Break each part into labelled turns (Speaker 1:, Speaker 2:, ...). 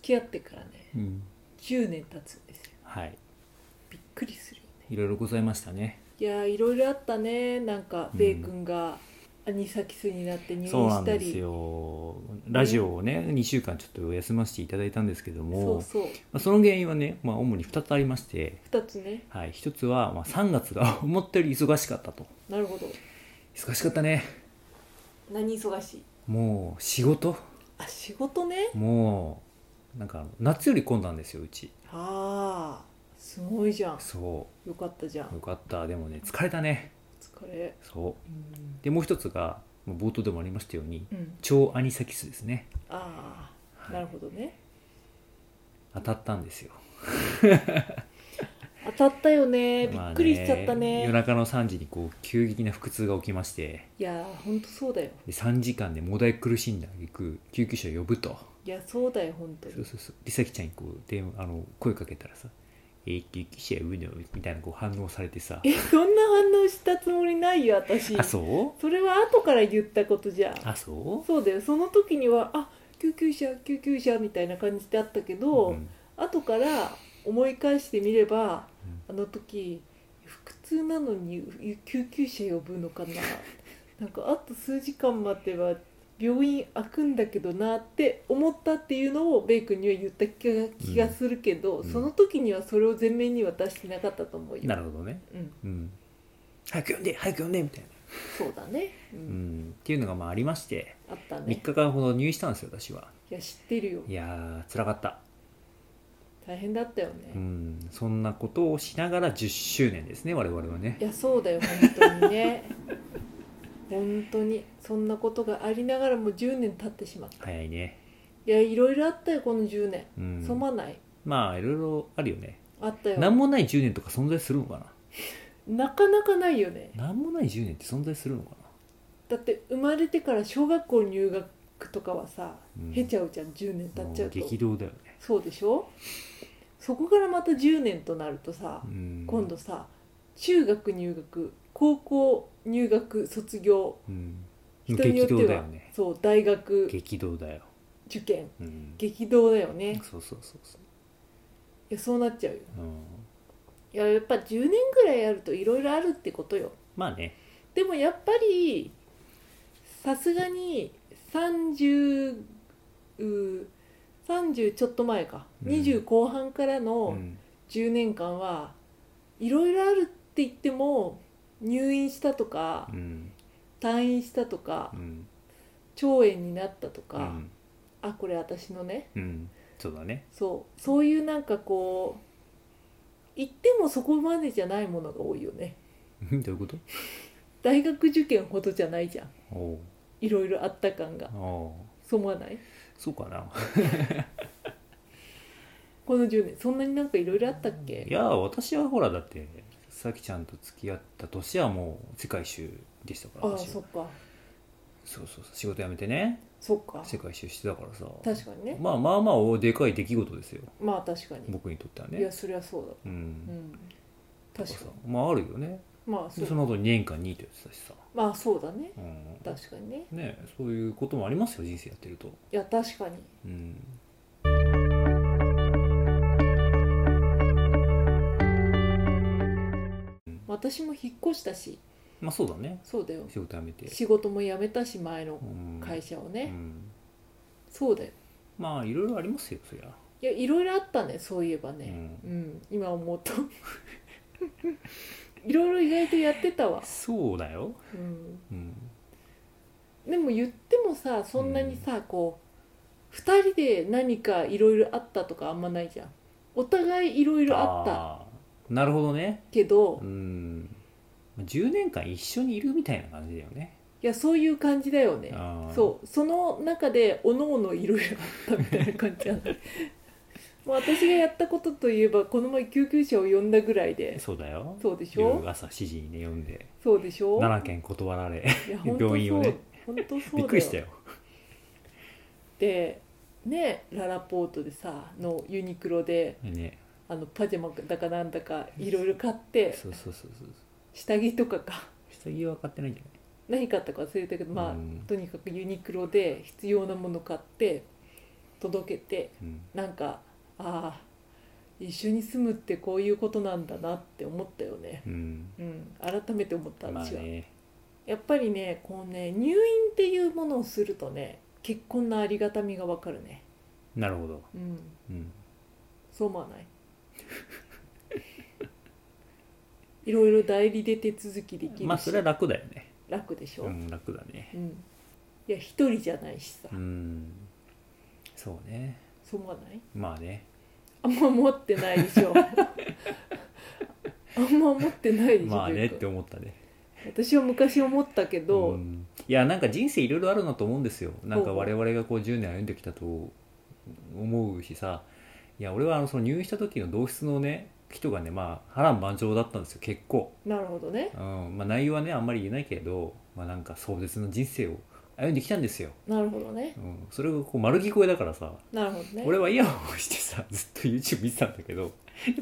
Speaker 1: き合ってからね
Speaker 2: うん
Speaker 1: 10年経つんですよ
Speaker 2: はい
Speaker 1: びっくりするよね
Speaker 2: いろいろございましたね
Speaker 1: いやーいろいろあったねなんか
Speaker 2: うん
Speaker 1: ベイ君がアニサキスになって入院
Speaker 2: そうなん
Speaker 1: した
Speaker 2: です
Speaker 1: り、
Speaker 2: よラジオをね2週間ちょっとお休ませていただいたんですけど
Speaker 1: そ
Speaker 2: も
Speaker 1: うそう
Speaker 2: まあその原因はね、まあ、主に2つありまして、
Speaker 1: 2つね
Speaker 2: はい、1つはまあ3月が 思ったより忙しかったと
Speaker 1: なるほど
Speaker 2: 忙しかったね
Speaker 1: 何忙しい
Speaker 2: もう仕事
Speaker 1: あ仕事ね
Speaker 2: もうなんか夏より混んだんですようち
Speaker 1: ああすごいじゃん
Speaker 2: そ
Speaker 1: よかったじゃん
Speaker 2: うよかったでもね疲れたね
Speaker 1: お疲れ
Speaker 2: そ
Speaker 1: うん
Speaker 2: うでもう一つがまあ冒頭でもありましたように
Speaker 1: うん
Speaker 2: 超アニサキスですね、
Speaker 1: ああ
Speaker 2: は
Speaker 1: ないるほどね
Speaker 2: 当たったんですよ
Speaker 1: 当たったよねび
Speaker 2: まあ
Speaker 1: っ
Speaker 2: ね
Speaker 1: くりしちゃったね,、
Speaker 2: 夜中の3時にこう急激な腹痛が起きまして
Speaker 1: いやーほんとそうだよ
Speaker 2: で3時間でもだい苦しんだ挙句救急車を呼ぶと
Speaker 1: いやそうだよ本当
Speaker 2: そう
Speaker 1: に
Speaker 2: そうそう梨咲ちゃんにこう電話あの声かけたらさ「えー、救急車呼ぶの?」みたいなこう反応されてさ
Speaker 1: えそんな反応したつもりないよ私
Speaker 2: あそう
Speaker 1: それは後から言ったことじゃ
Speaker 2: あそ
Speaker 1: そうだよその時にはあ救急車救急車みたいな感じであったけ
Speaker 2: う
Speaker 1: ど、
Speaker 2: うん
Speaker 1: 後から思い返してみれば、あ
Speaker 2: う
Speaker 1: の時腹痛なのに救急車呼ぶのかななんかあと数時間待てば病院開くんだけどなって思ったっていうのをベイ君には言った気が気がするけど、
Speaker 2: うん
Speaker 1: その時にはそれを前面には出してなかったと思うよ。
Speaker 2: なるほどね
Speaker 1: うん、
Speaker 2: うん早く呼んで早く呼んでみたいな、
Speaker 1: そうだね、うん
Speaker 2: うん、っていうのがまあありまして
Speaker 1: あった
Speaker 2: 3
Speaker 1: ね
Speaker 2: 日間ほど入院したんですよ私はい
Speaker 1: や知ってるよ
Speaker 2: いやー辛かった、
Speaker 1: 大変だったよね。
Speaker 2: うん、そんなことをしながら10周年ですね我々はね
Speaker 1: いやそうだよ本当にね本当にそんなことがありながらも10年経ってしまったい
Speaker 2: 早いね
Speaker 1: やいろいろあったよこの10年、
Speaker 2: うん
Speaker 1: そまない
Speaker 2: まあいろいろあるよね
Speaker 1: あったよ
Speaker 2: 何もない10年とか存在するのかな
Speaker 1: なかなかないよね
Speaker 2: 何もない10年って存在するのか
Speaker 1: だって生まれてから小学校入学とかはさ、
Speaker 2: うん
Speaker 1: へちゃうじゃん10年経っ
Speaker 2: なもう
Speaker 1: ちゃうと
Speaker 2: 激動だよね
Speaker 1: そうでしょそこからまた10年となるとさ、
Speaker 2: うん
Speaker 1: 今度さ中学入学高校入学卒業
Speaker 2: うん
Speaker 1: 人によっては
Speaker 2: 激動だよね
Speaker 1: そう大学
Speaker 2: 激動だよ、
Speaker 1: 受験
Speaker 2: うん、
Speaker 1: 激動だよね
Speaker 2: そうそうそうそう
Speaker 1: いやそうなっちゃうよ
Speaker 2: うん
Speaker 1: いややっぱ10年ぐらいやるといろいろあるってことよ
Speaker 2: まあね
Speaker 1: でもやっぱりさすがに30うー30ちょっと前か、
Speaker 2: うん
Speaker 1: 20後半から
Speaker 2: う
Speaker 1: の
Speaker 2: ん
Speaker 1: 10年間はいろいろあるって言っても入院したとか
Speaker 2: うん
Speaker 1: 退院したとか
Speaker 2: うん
Speaker 1: 腸炎になったと
Speaker 2: う
Speaker 1: か、
Speaker 2: ん
Speaker 1: あこれ私のね
Speaker 2: うんそうだね
Speaker 1: そうそういうなんかこう言ってもそこまでじゃないものが多いよね
Speaker 2: うんどういうこと
Speaker 1: 大学受験ほどじゃないじゃん
Speaker 2: おう
Speaker 1: いろいろあった感が
Speaker 2: おう
Speaker 1: そう思わない
Speaker 2: そうかな
Speaker 1: この10年そんなになんかいろいろあったっけ
Speaker 2: いや私はほらだってさきちゃんと付き合った年はもう世界一周でしたから
Speaker 1: ああ
Speaker 2: 私
Speaker 1: そ
Speaker 2: は
Speaker 1: っか
Speaker 2: そうそうそう仕事辞めてね
Speaker 1: そっか
Speaker 2: 世界一周してたからさ
Speaker 1: 確かにね
Speaker 2: まあまあまあおでかい出来事ですよ
Speaker 1: まあ確かに、
Speaker 2: 僕にとってはい
Speaker 1: や
Speaker 2: ね
Speaker 1: そりゃそうだ
Speaker 2: う
Speaker 1: うんん
Speaker 2: だ
Speaker 1: 確
Speaker 2: ら
Speaker 1: か
Speaker 2: さ
Speaker 1: に
Speaker 2: まああるよね
Speaker 1: まあそ
Speaker 2: でそうの後2年間2位とやってたしさ、
Speaker 1: まあそうだね
Speaker 2: うん、
Speaker 1: 確かにね
Speaker 2: ねそういうこともありますよ人生やってると、
Speaker 1: いや確かに
Speaker 2: うん、
Speaker 1: 私も引っ越したし
Speaker 2: まあそうだね
Speaker 1: そうだよ
Speaker 2: 仕事辞めて、
Speaker 1: 仕事も辞めたし前の
Speaker 2: うん、
Speaker 1: 会社を
Speaker 2: う
Speaker 1: ね、
Speaker 2: ん、
Speaker 1: そうだよ
Speaker 2: まあいろいろありますよそりゃ
Speaker 1: いやいろいろあったねそういえばね
Speaker 2: うん
Speaker 1: うん、今思うと いろいろ意外とやってたわ
Speaker 2: そうだよ、
Speaker 1: うん
Speaker 2: うん、
Speaker 1: でも言ってもさそんなにさ、こう2人で何かいろいろあったとかあんまないじゃんお互いいろいろあった
Speaker 2: たなるほどね
Speaker 1: けど、
Speaker 2: う
Speaker 1: い
Speaker 2: ん10年間一緒にいるみたいな感じだよね
Speaker 1: やそういう感じだよね
Speaker 2: あー
Speaker 1: そうその中でおのおのいろいろあったみたいな感じなの もう私がやったことといえばこの前救急車を呼んだぐらいで
Speaker 2: そうだよ
Speaker 1: そうでしょ
Speaker 2: 夜朝7時にね読んで
Speaker 1: そうでしょ
Speaker 2: 7件断ら
Speaker 1: い
Speaker 2: れ
Speaker 1: や本当そう
Speaker 2: 病院をね
Speaker 1: 本当そうだ
Speaker 2: びっくりしたよ
Speaker 1: でねララポートでさのユニクロで
Speaker 2: ね
Speaker 1: あのパジャマだかなんだかいろいろ買って
Speaker 2: そうそうそうそう
Speaker 1: 下着とかか
Speaker 2: 下着は買ってないんじゃない
Speaker 1: 何買ったか忘れたけどまあ、
Speaker 2: うん
Speaker 1: とにかくユニクロで必要なもの買って届けて
Speaker 2: うん
Speaker 1: なんかああ一緒に住むってこういうことなんだなって思ったよね、
Speaker 2: うん
Speaker 1: うん、改めて思った私は、
Speaker 2: まあね
Speaker 1: やっぱりねこうね入院っていうものをするとね結婚のありがたみがわかるね、
Speaker 2: なるほど、
Speaker 1: うん、
Speaker 2: うん、
Speaker 1: そう思わない いろいろ代理で手続きできるし、
Speaker 2: まあそれは楽だよね
Speaker 1: 楽でしょ、
Speaker 2: う
Speaker 1: うん
Speaker 2: ん楽だね
Speaker 1: いや一人じゃないしさ、
Speaker 2: うんそうね
Speaker 1: そう思わない
Speaker 2: まあね
Speaker 1: あんま思ってないでしょ あんま思ってないでしょ、
Speaker 2: まあね
Speaker 1: ベ
Speaker 2: っ
Speaker 1: ック
Speaker 2: て思ったね
Speaker 1: 私は昔思ったけど、
Speaker 2: ん、いやなんか人生いろいろあるなと思うんですよなんか
Speaker 1: ほうほ
Speaker 2: 我
Speaker 1: う
Speaker 2: 々がこう10年歩んできたと思うしさいや俺はあのその入院した時の同室のね人がねまあ波乱万丈だったんですよ結構、
Speaker 1: なるほどね
Speaker 2: うんまあ、内容はねあんまり言えないけれど、まあ、なんか壮絶な人生を歩んできたんですよ、
Speaker 1: なるほどね
Speaker 2: うん、それがこう丸聞こえだからさ
Speaker 1: なるほどね
Speaker 2: 俺はイヤホンしてさ ずっと YouTube 見てたんだけどやっ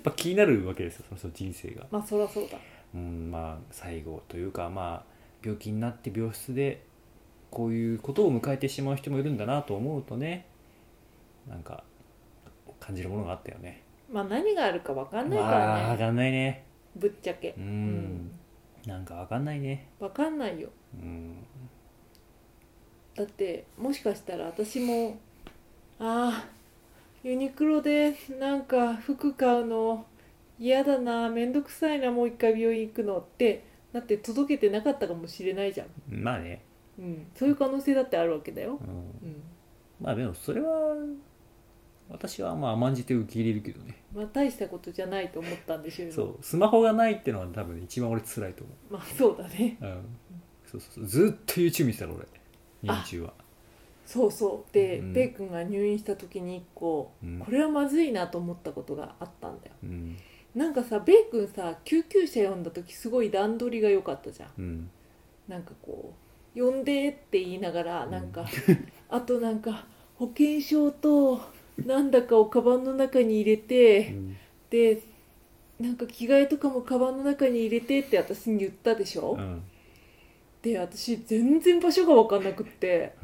Speaker 2: ぱ気になるわけですよその人の人生が
Speaker 1: まあそりゃそうだ
Speaker 2: うん、まあ最後というかまあ病気になって病室でこういうことを迎えてしまう人もいるんだなと思うとねなんか感じるものがあったよね。
Speaker 1: まあ何があるかわかんないか
Speaker 2: ま
Speaker 1: ら
Speaker 2: あ上
Speaker 1: ね
Speaker 2: がんないね。
Speaker 1: ぶっちゃけ
Speaker 2: うん、
Speaker 1: うん
Speaker 2: なんか上がんないね。
Speaker 1: わかんないよ
Speaker 2: うん、
Speaker 1: だってもしかしたら私もあーユニクロでなんか服買うの嫌だなめんどくさいなもう一回病院行くのってだって届けてなかったかもしれないじゃん、
Speaker 2: まあね、
Speaker 1: うん、そういう可能性だってあるわけだよう
Speaker 2: う、ん、
Speaker 1: ん、
Speaker 2: まあでもそれは私はまあ甘んじて受け入れるけどね。
Speaker 1: まあ大したことじゃないと思ったんでしょ
Speaker 2: そうスマホがないってのは多分一番俺辛いと思
Speaker 1: まあそうだね
Speaker 2: う。うん、そうそうそうずっと YouTube 見てたから俺入院中は。
Speaker 1: そうそうで、
Speaker 2: うん
Speaker 1: ベイ君が入院した時に一個
Speaker 2: うん
Speaker 1: これはまずいなと思ったことがあったんだよ
Speaker 2: うん
Speaker 1: なんかさベイ君さ救急車呼んだ時すごい段取りが良かったじゃん
Speaker 2: うん
Speaker 1: なんかこう「呼んで」って言いながら
Speaker 2: うん
Speaker 1: なんか、あとなんか保険証となんだかをカバンの中に入れてでなんか着替えとかもカバンの中に入れてって私に言ったでしょ、
Speaker 2: うん
Speaker 1: で私全然場所が分かんなくって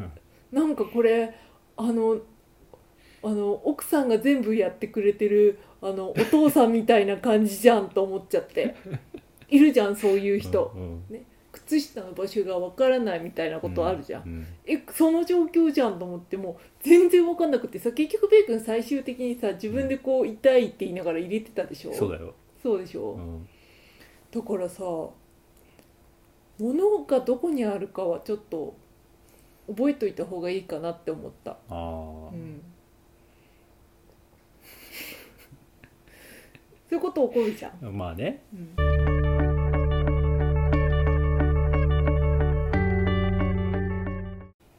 Speaker 1: なんかこれあのあの奥さんが全部やってくれてるあのお父さんみたいな感じじゃんと思っちゃっているじゃんそういう人
Speaker 2: うん
Speaker 1: 靴下の場所が分からないみたいなことあるじゃん、
Speaker 2: うん
Speaker 1: えその状況じゃんと思ってもう全然分かんなくてさ結局ベイ君最終的にさ自分でこう痛いって言いながら入れてたでしょ
Speaker 2: そうだよ、
Speaker 1: そうでしょ、
Speaker 2: うん
Speaker 1: だからさ物がどこにあるかはちょっと覚えといた方がいいかなって思った、
Speaker 2: ああ、
Speaker 1: うん、 そういうこと起こるじゃん、
Speaker 2: まあね
Speaker 1: うん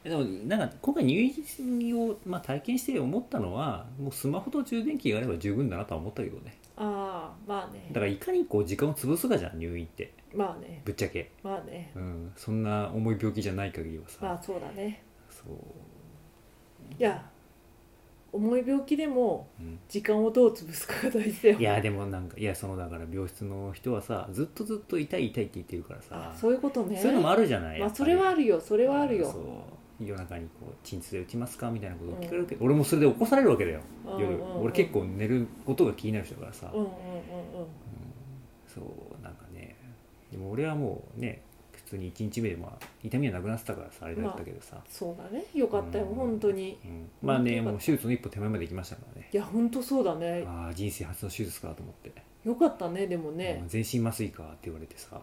Speaker 2: でもなんか今回入院を、まあ、体験して思ったのはもうスマホと充電器があれば十分だなとは思ったけどね
Speaker 1: ああまあね
Speaker 2: だからいかにこう時間を潰すかじゃん入院って
Speaker 1: まあね
Speaker 2: ぶっちゃけ、
Speaker 1: まあね
Speaker 2: うん、そんな重い病気じゃない限りはさ、
Speaker 1: まあそうだね
Speaker 2: そう、
Speaker 1: いや重い病気でも
Speaker 2: うん、
Speaker 1: 時間をどう潰すかが大事だよ
Speaker 2: いやでもなんかいやそのだから病室の人はさずっとずっと痛い痛いって言ってるからさ
Speaker 1: あそういうことね
Speaker 2: そういうのもあるじゃな
Speaker 1: ま
Speaker 2: いや
Speaker 1: あ
Speaker 2: っぱ
Speaker 1: そ
Speaker 2: り
Speaker 1: れはあるよそれはあるよ
Speaker 2: そう夜中にこう鎮痛で打ちますかみたいなことを聞かれるけど、俺もそれで起こされるわけだよ夜、
Speaker 1: うんうんうん
Speaker 2: 俺結構寝ることが気になる人だからさ、
Speaker 1: うんうんうんうん
Speaker 2: そうなんかねでも俺はもうね普通に1日目で、まあ、痛みはなくなってたからさあれだったけどさ、
Speaker 1: そうだねよかったよ
Speaker 2: うん
Speaker 1: 本当に
Speaker 2: うんまあね
Speaker 1: 本当によかった
Speaker 2: もう手術の一歩手前まで行きましたからね
Speaker 1: いや本当そうだね
Speaker 2: ああ人生初の手術かと思って、
Speaker 1: よかったねでも
Speaker 2: う
Speaker 1: ね
Speaker 2: ん全身麻酔かって言われてさ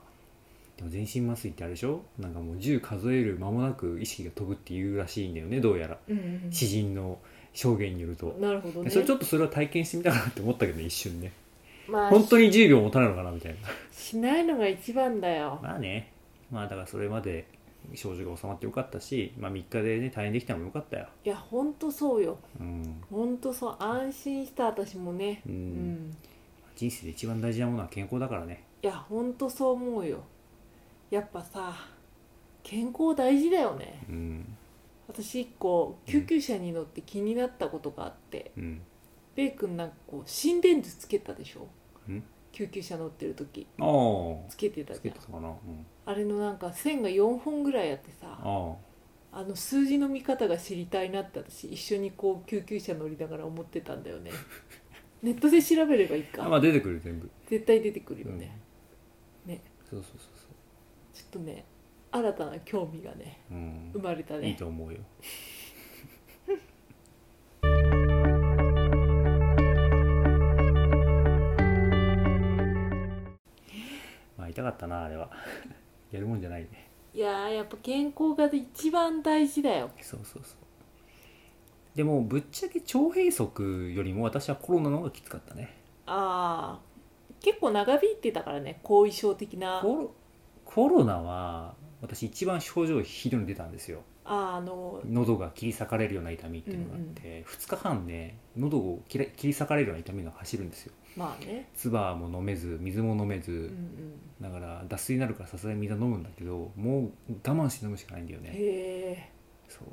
Speaker 2: でも全身麻酔ってあれでしょなんかもう10数える間もなく意識が飛ぶっていうらしいんだよねどうやら
Speaker 1: うんうん
Speaker 2: 詩人の証言によると、
Speaker 1: なるほどね
Speaker 2: それちょっとそれは体験してみたかなって思ったけどね一瞬ね
Speaker 1: まあ
Speaker 2: 本当に10秒持たないのかなみたいな
Speaker 1: しないのが一番だよ
Speaker 2: まあねまあだからそれまで症状が収まってよかったし、まあ、3日でね退院できたのもよかったよ
Speaker 1: いや本当そうよ
Speaker 2: うん、
Speaker 1: 本当そう安心した私もね
Speaker 2: うん
Speaker 1: うん
Speaker 2: 人生で一番大事なものは健康だからね
Speaker 1: いや本当そう思うよやっぱさ健康大事だよね
Speaker 2: うん
Speaker 1: 私一個救急車に乗って気になったことがあって、
Speaker 2: うん
Speaker 1: ベイ君なんかこう心電図つけたでしょ
Speaker 2: ん
Speaker 1: 救急車乗ってる時
Speaker 2: ああ
Speaker 1: つけてたじ
Speaker 2: つけ
Speaker 1: ゃん
Speaker 2: てたかな、うん、
Speaker 1: あれのなんか線が4本ぐらいあってさ
Speaker 2: ああ
Speaker 1: ああの数字の見方が知りたいなって私一緒にこう救急車乗りながら思ってたんだよね ネットで調べればいいか、
Speaker 2: あまあ出てくる全部、
Speaker 1: 絶対出てくる
Speaker 2: う
Speaker 1: よ
Speaker 2: ん
Speaker 1: ね、ね
Speaker 2: そうそうそう
Speaker 1: ちょっとね新たな興味がね
Speaker 2: そう、うん
Speaker 1: 生まれたね
Speaker 2: いいと思う よまあ痛かったなあれはやるもんじゃないね
Speaker 1: いやーやっぱ健康が一番大事だよ
Speaker 2: そうそうそうでもぶっちゃけ腸閉塞よりも私はコロナの方がきつかったね
Speaker 1: あー結構長引いてたからね後遺症的な
Speaker 2: コロコロナは私一番症状ひどいの出たんですよ
Speaker 1: あーあの
Speaker 2: 喉が切り裂かれるような痛みっていうのがあって、2日半ね喉を切れ切り裂かれるような痛みが走るんですよ
Speaker 1: まあね
Speaker 2: 唾も飲めず水も飲めず、
Speaker 1: うんうん
Speaker 2: だから脱水になるからさすがに水は飲むんだけどもう我慢して飲むしかないんだよね
Speaker 1: へ
Speaker 2: そう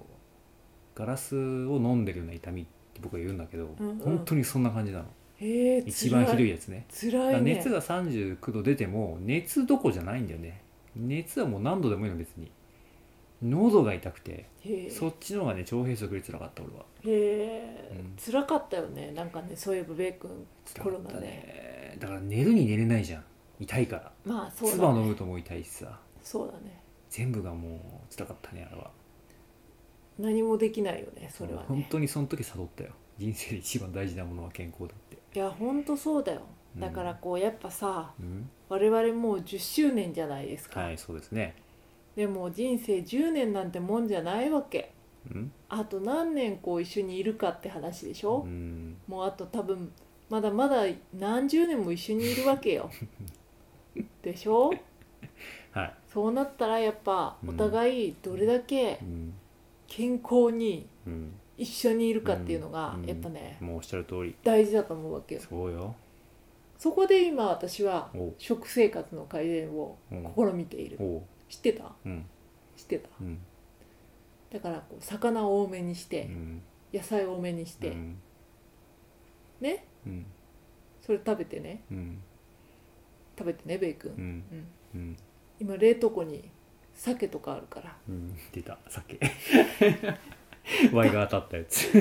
Speaker 2: ガラスを飲んでるような痛みって僕は言うんだけど、
Speaker 1: うんうん
Speaker 2: 本当にそんな感じなの
Speaker 1: えへえ
Speaker 2: 一番ひど
Speaker 1: い
Speaker 2: いやつね
Speaker 1: 辛い
Speaker 2: だ
Speaker 1: ね
Speaker 2: から熱が39度出ても熱どこじゃないんだよね熱はもう何度でもいいの別に喉が痛くて
Speaker 1: へえ
Speaker 2: そっちの方がね腸閉塞より辛かった俺は
Speaker 1: へえ、
Speaker 2: うん
Speaker 1: 辛かったよねなんかねそういえばベイ君コロナね
Speaker 2: だねだから寝るに寝れないじゃん痛いから
Speaker 1: まあそう
Speaker 2: 唾
Speaker 1: だ
Speaker 2: 飲
Speaker 1: ね
Speaker 2: むともう痛いしさ
Speaker 1: そうだね
Speaker 2: 全部がもう辛かったねあれは
Speaker 1: 何もできないよねそれは
Speaker 2: 本
Speaker 1: ね
Speaker 2: 当にその時悟ったよ人生で一番大事なものは健康だって
Speaker 1: いやほんとそうだよ
Speaker 2: うん
Speaker 1: だからこうやっぱさ
Speaker 2: うん
Speaker 1: 我々もう10周年じゃないですか、
Speaker 2: はいそうですね
Speaker 1: でも人生10年なんてもんじゃないわけ
Speaker 2: うん
Speaker 1: あと何年こう一緒にいるかって話でしょ
Speaker 2: う、ん
Speaker 1: もうあと多分まだまだ何十年も一緒にいるわけよ でしょ
Speaker 2: はい、
Speaker 1: そうなったらやっぱ
Speaker 2: うん
Speaker 1: お互いどれだけ
Speaker 2: うん
Speaker 1: 健康に
Speaker 2: うん、
Speaker 1: 一緒にいるかっていうのが
Speaker 2: うん
Speaker 1: やっぱね
Speaker 2: もうおっしゃる通り
Speaker 1: 大事だと思うわけよ
Speaker 2: そうよ
Speaker 1: そこで今私は
Speaker 2: おう
Speaker 1: 食生活の改善を
Speaker 2: うん
Speaker 1: 試みている
Speaker 2: おう
Speaker 1: 知ってた
Speaker 2: うん
Speaker 1: 知ってた
Speaker 2: うん
Speaker 1: だからこう魚を多めにし
Speaker 2: う
Speaker 1: て
Speaker 2: ん
Speaker 1: 野菜多めにし
Speaker 2: う
Speaker 1: て
Speaker 2: ん
Speaker 1: ね
Speaker 2: うん
Speaker 1: それ食べてね
Speaker 2: うん
Speaker 1: 食べてねベイ君、
Speaker 2: う
Speaker 1: うん
Speaker 2: んうん
Speaker 1: 今冷凍庫に鮭とかあるから
Speaker 2: うん出た酒 ワイが当たったやつ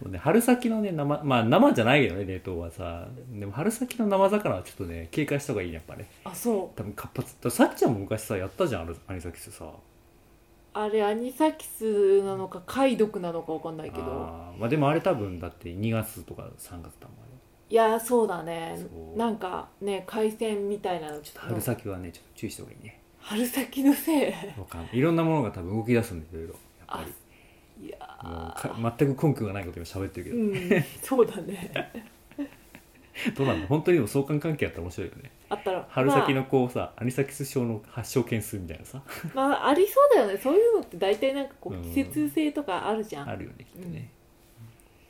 Speaker 2: もうね、春先のね生まあ生じゃないけどね冷凍はさでも春先の生魚はちょっとね警戒した方がいいねやっぱね
Speaker 1: あそう
Speaker 2: 多分活発だからさっちゃんも昔さやったじゃんあのアニサキスさ
Speaker 1: あれアニサキスなのか貝毒なのかわかんないけど
Speaker 2: あーまあでもあれ多分だって2月とか3月だもんあれ
Speaker 1: いやそうだね
Speaker 2: そう
Speaker 1: なんかね海鮮みたいなのちょっと
Speaker 2: 春先はねちょっと注意した方がいいね
Speaker 1: 春先のせい
Speaker 2: わかんないいろんなものが多分動き出すんでいろいろやっぱ
Speaker 1: あ
Speaker 2: り
Speaker 1: いや
Speaker 2: もうか全く根拠がないこと今喋ってるけど、
Speaker 1: うんそうだ ね
Speaker 2: どうなんだ本当にでも相関関係あったら面白いよね
Speaker 1: あったら
Speaker 2: 春先のこうさ、アニサキス症の発症件数みたいなさ
Speaker 1: まあ、まあ、ありそうだよねそういうのって大体なんかこ
Speaker 2: うん
Speaker 1: う季節性とかあるじゃん、
Speaker 2: あるよねきっとね、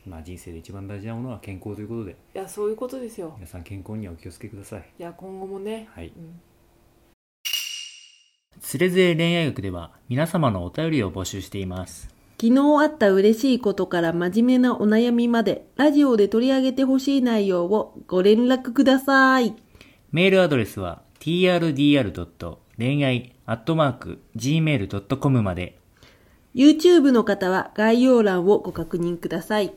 Speaker 2: まあ人生で一番大事なものは健康ということで
Speaker 1: いやそういうことですよ
Speaker 2: 皆さん健康にはお気をつけください
Speaker 1: いや今後もね、
Speaker 2: はい
Speaker 1: うん
Speaker 2: つれづれ恋愛学では皆様のお便りを募集しています
Speaker 3: 昨日あった嬉しいことから真面目なお悩みまで、ラジオで取り上げてほしい内容をご連絡ください。
Speaker 2: メールアドレスは trdr. 恋愛 .gmail.com まで
Speaker 3: YouTube の方は概要欄をご確認ください。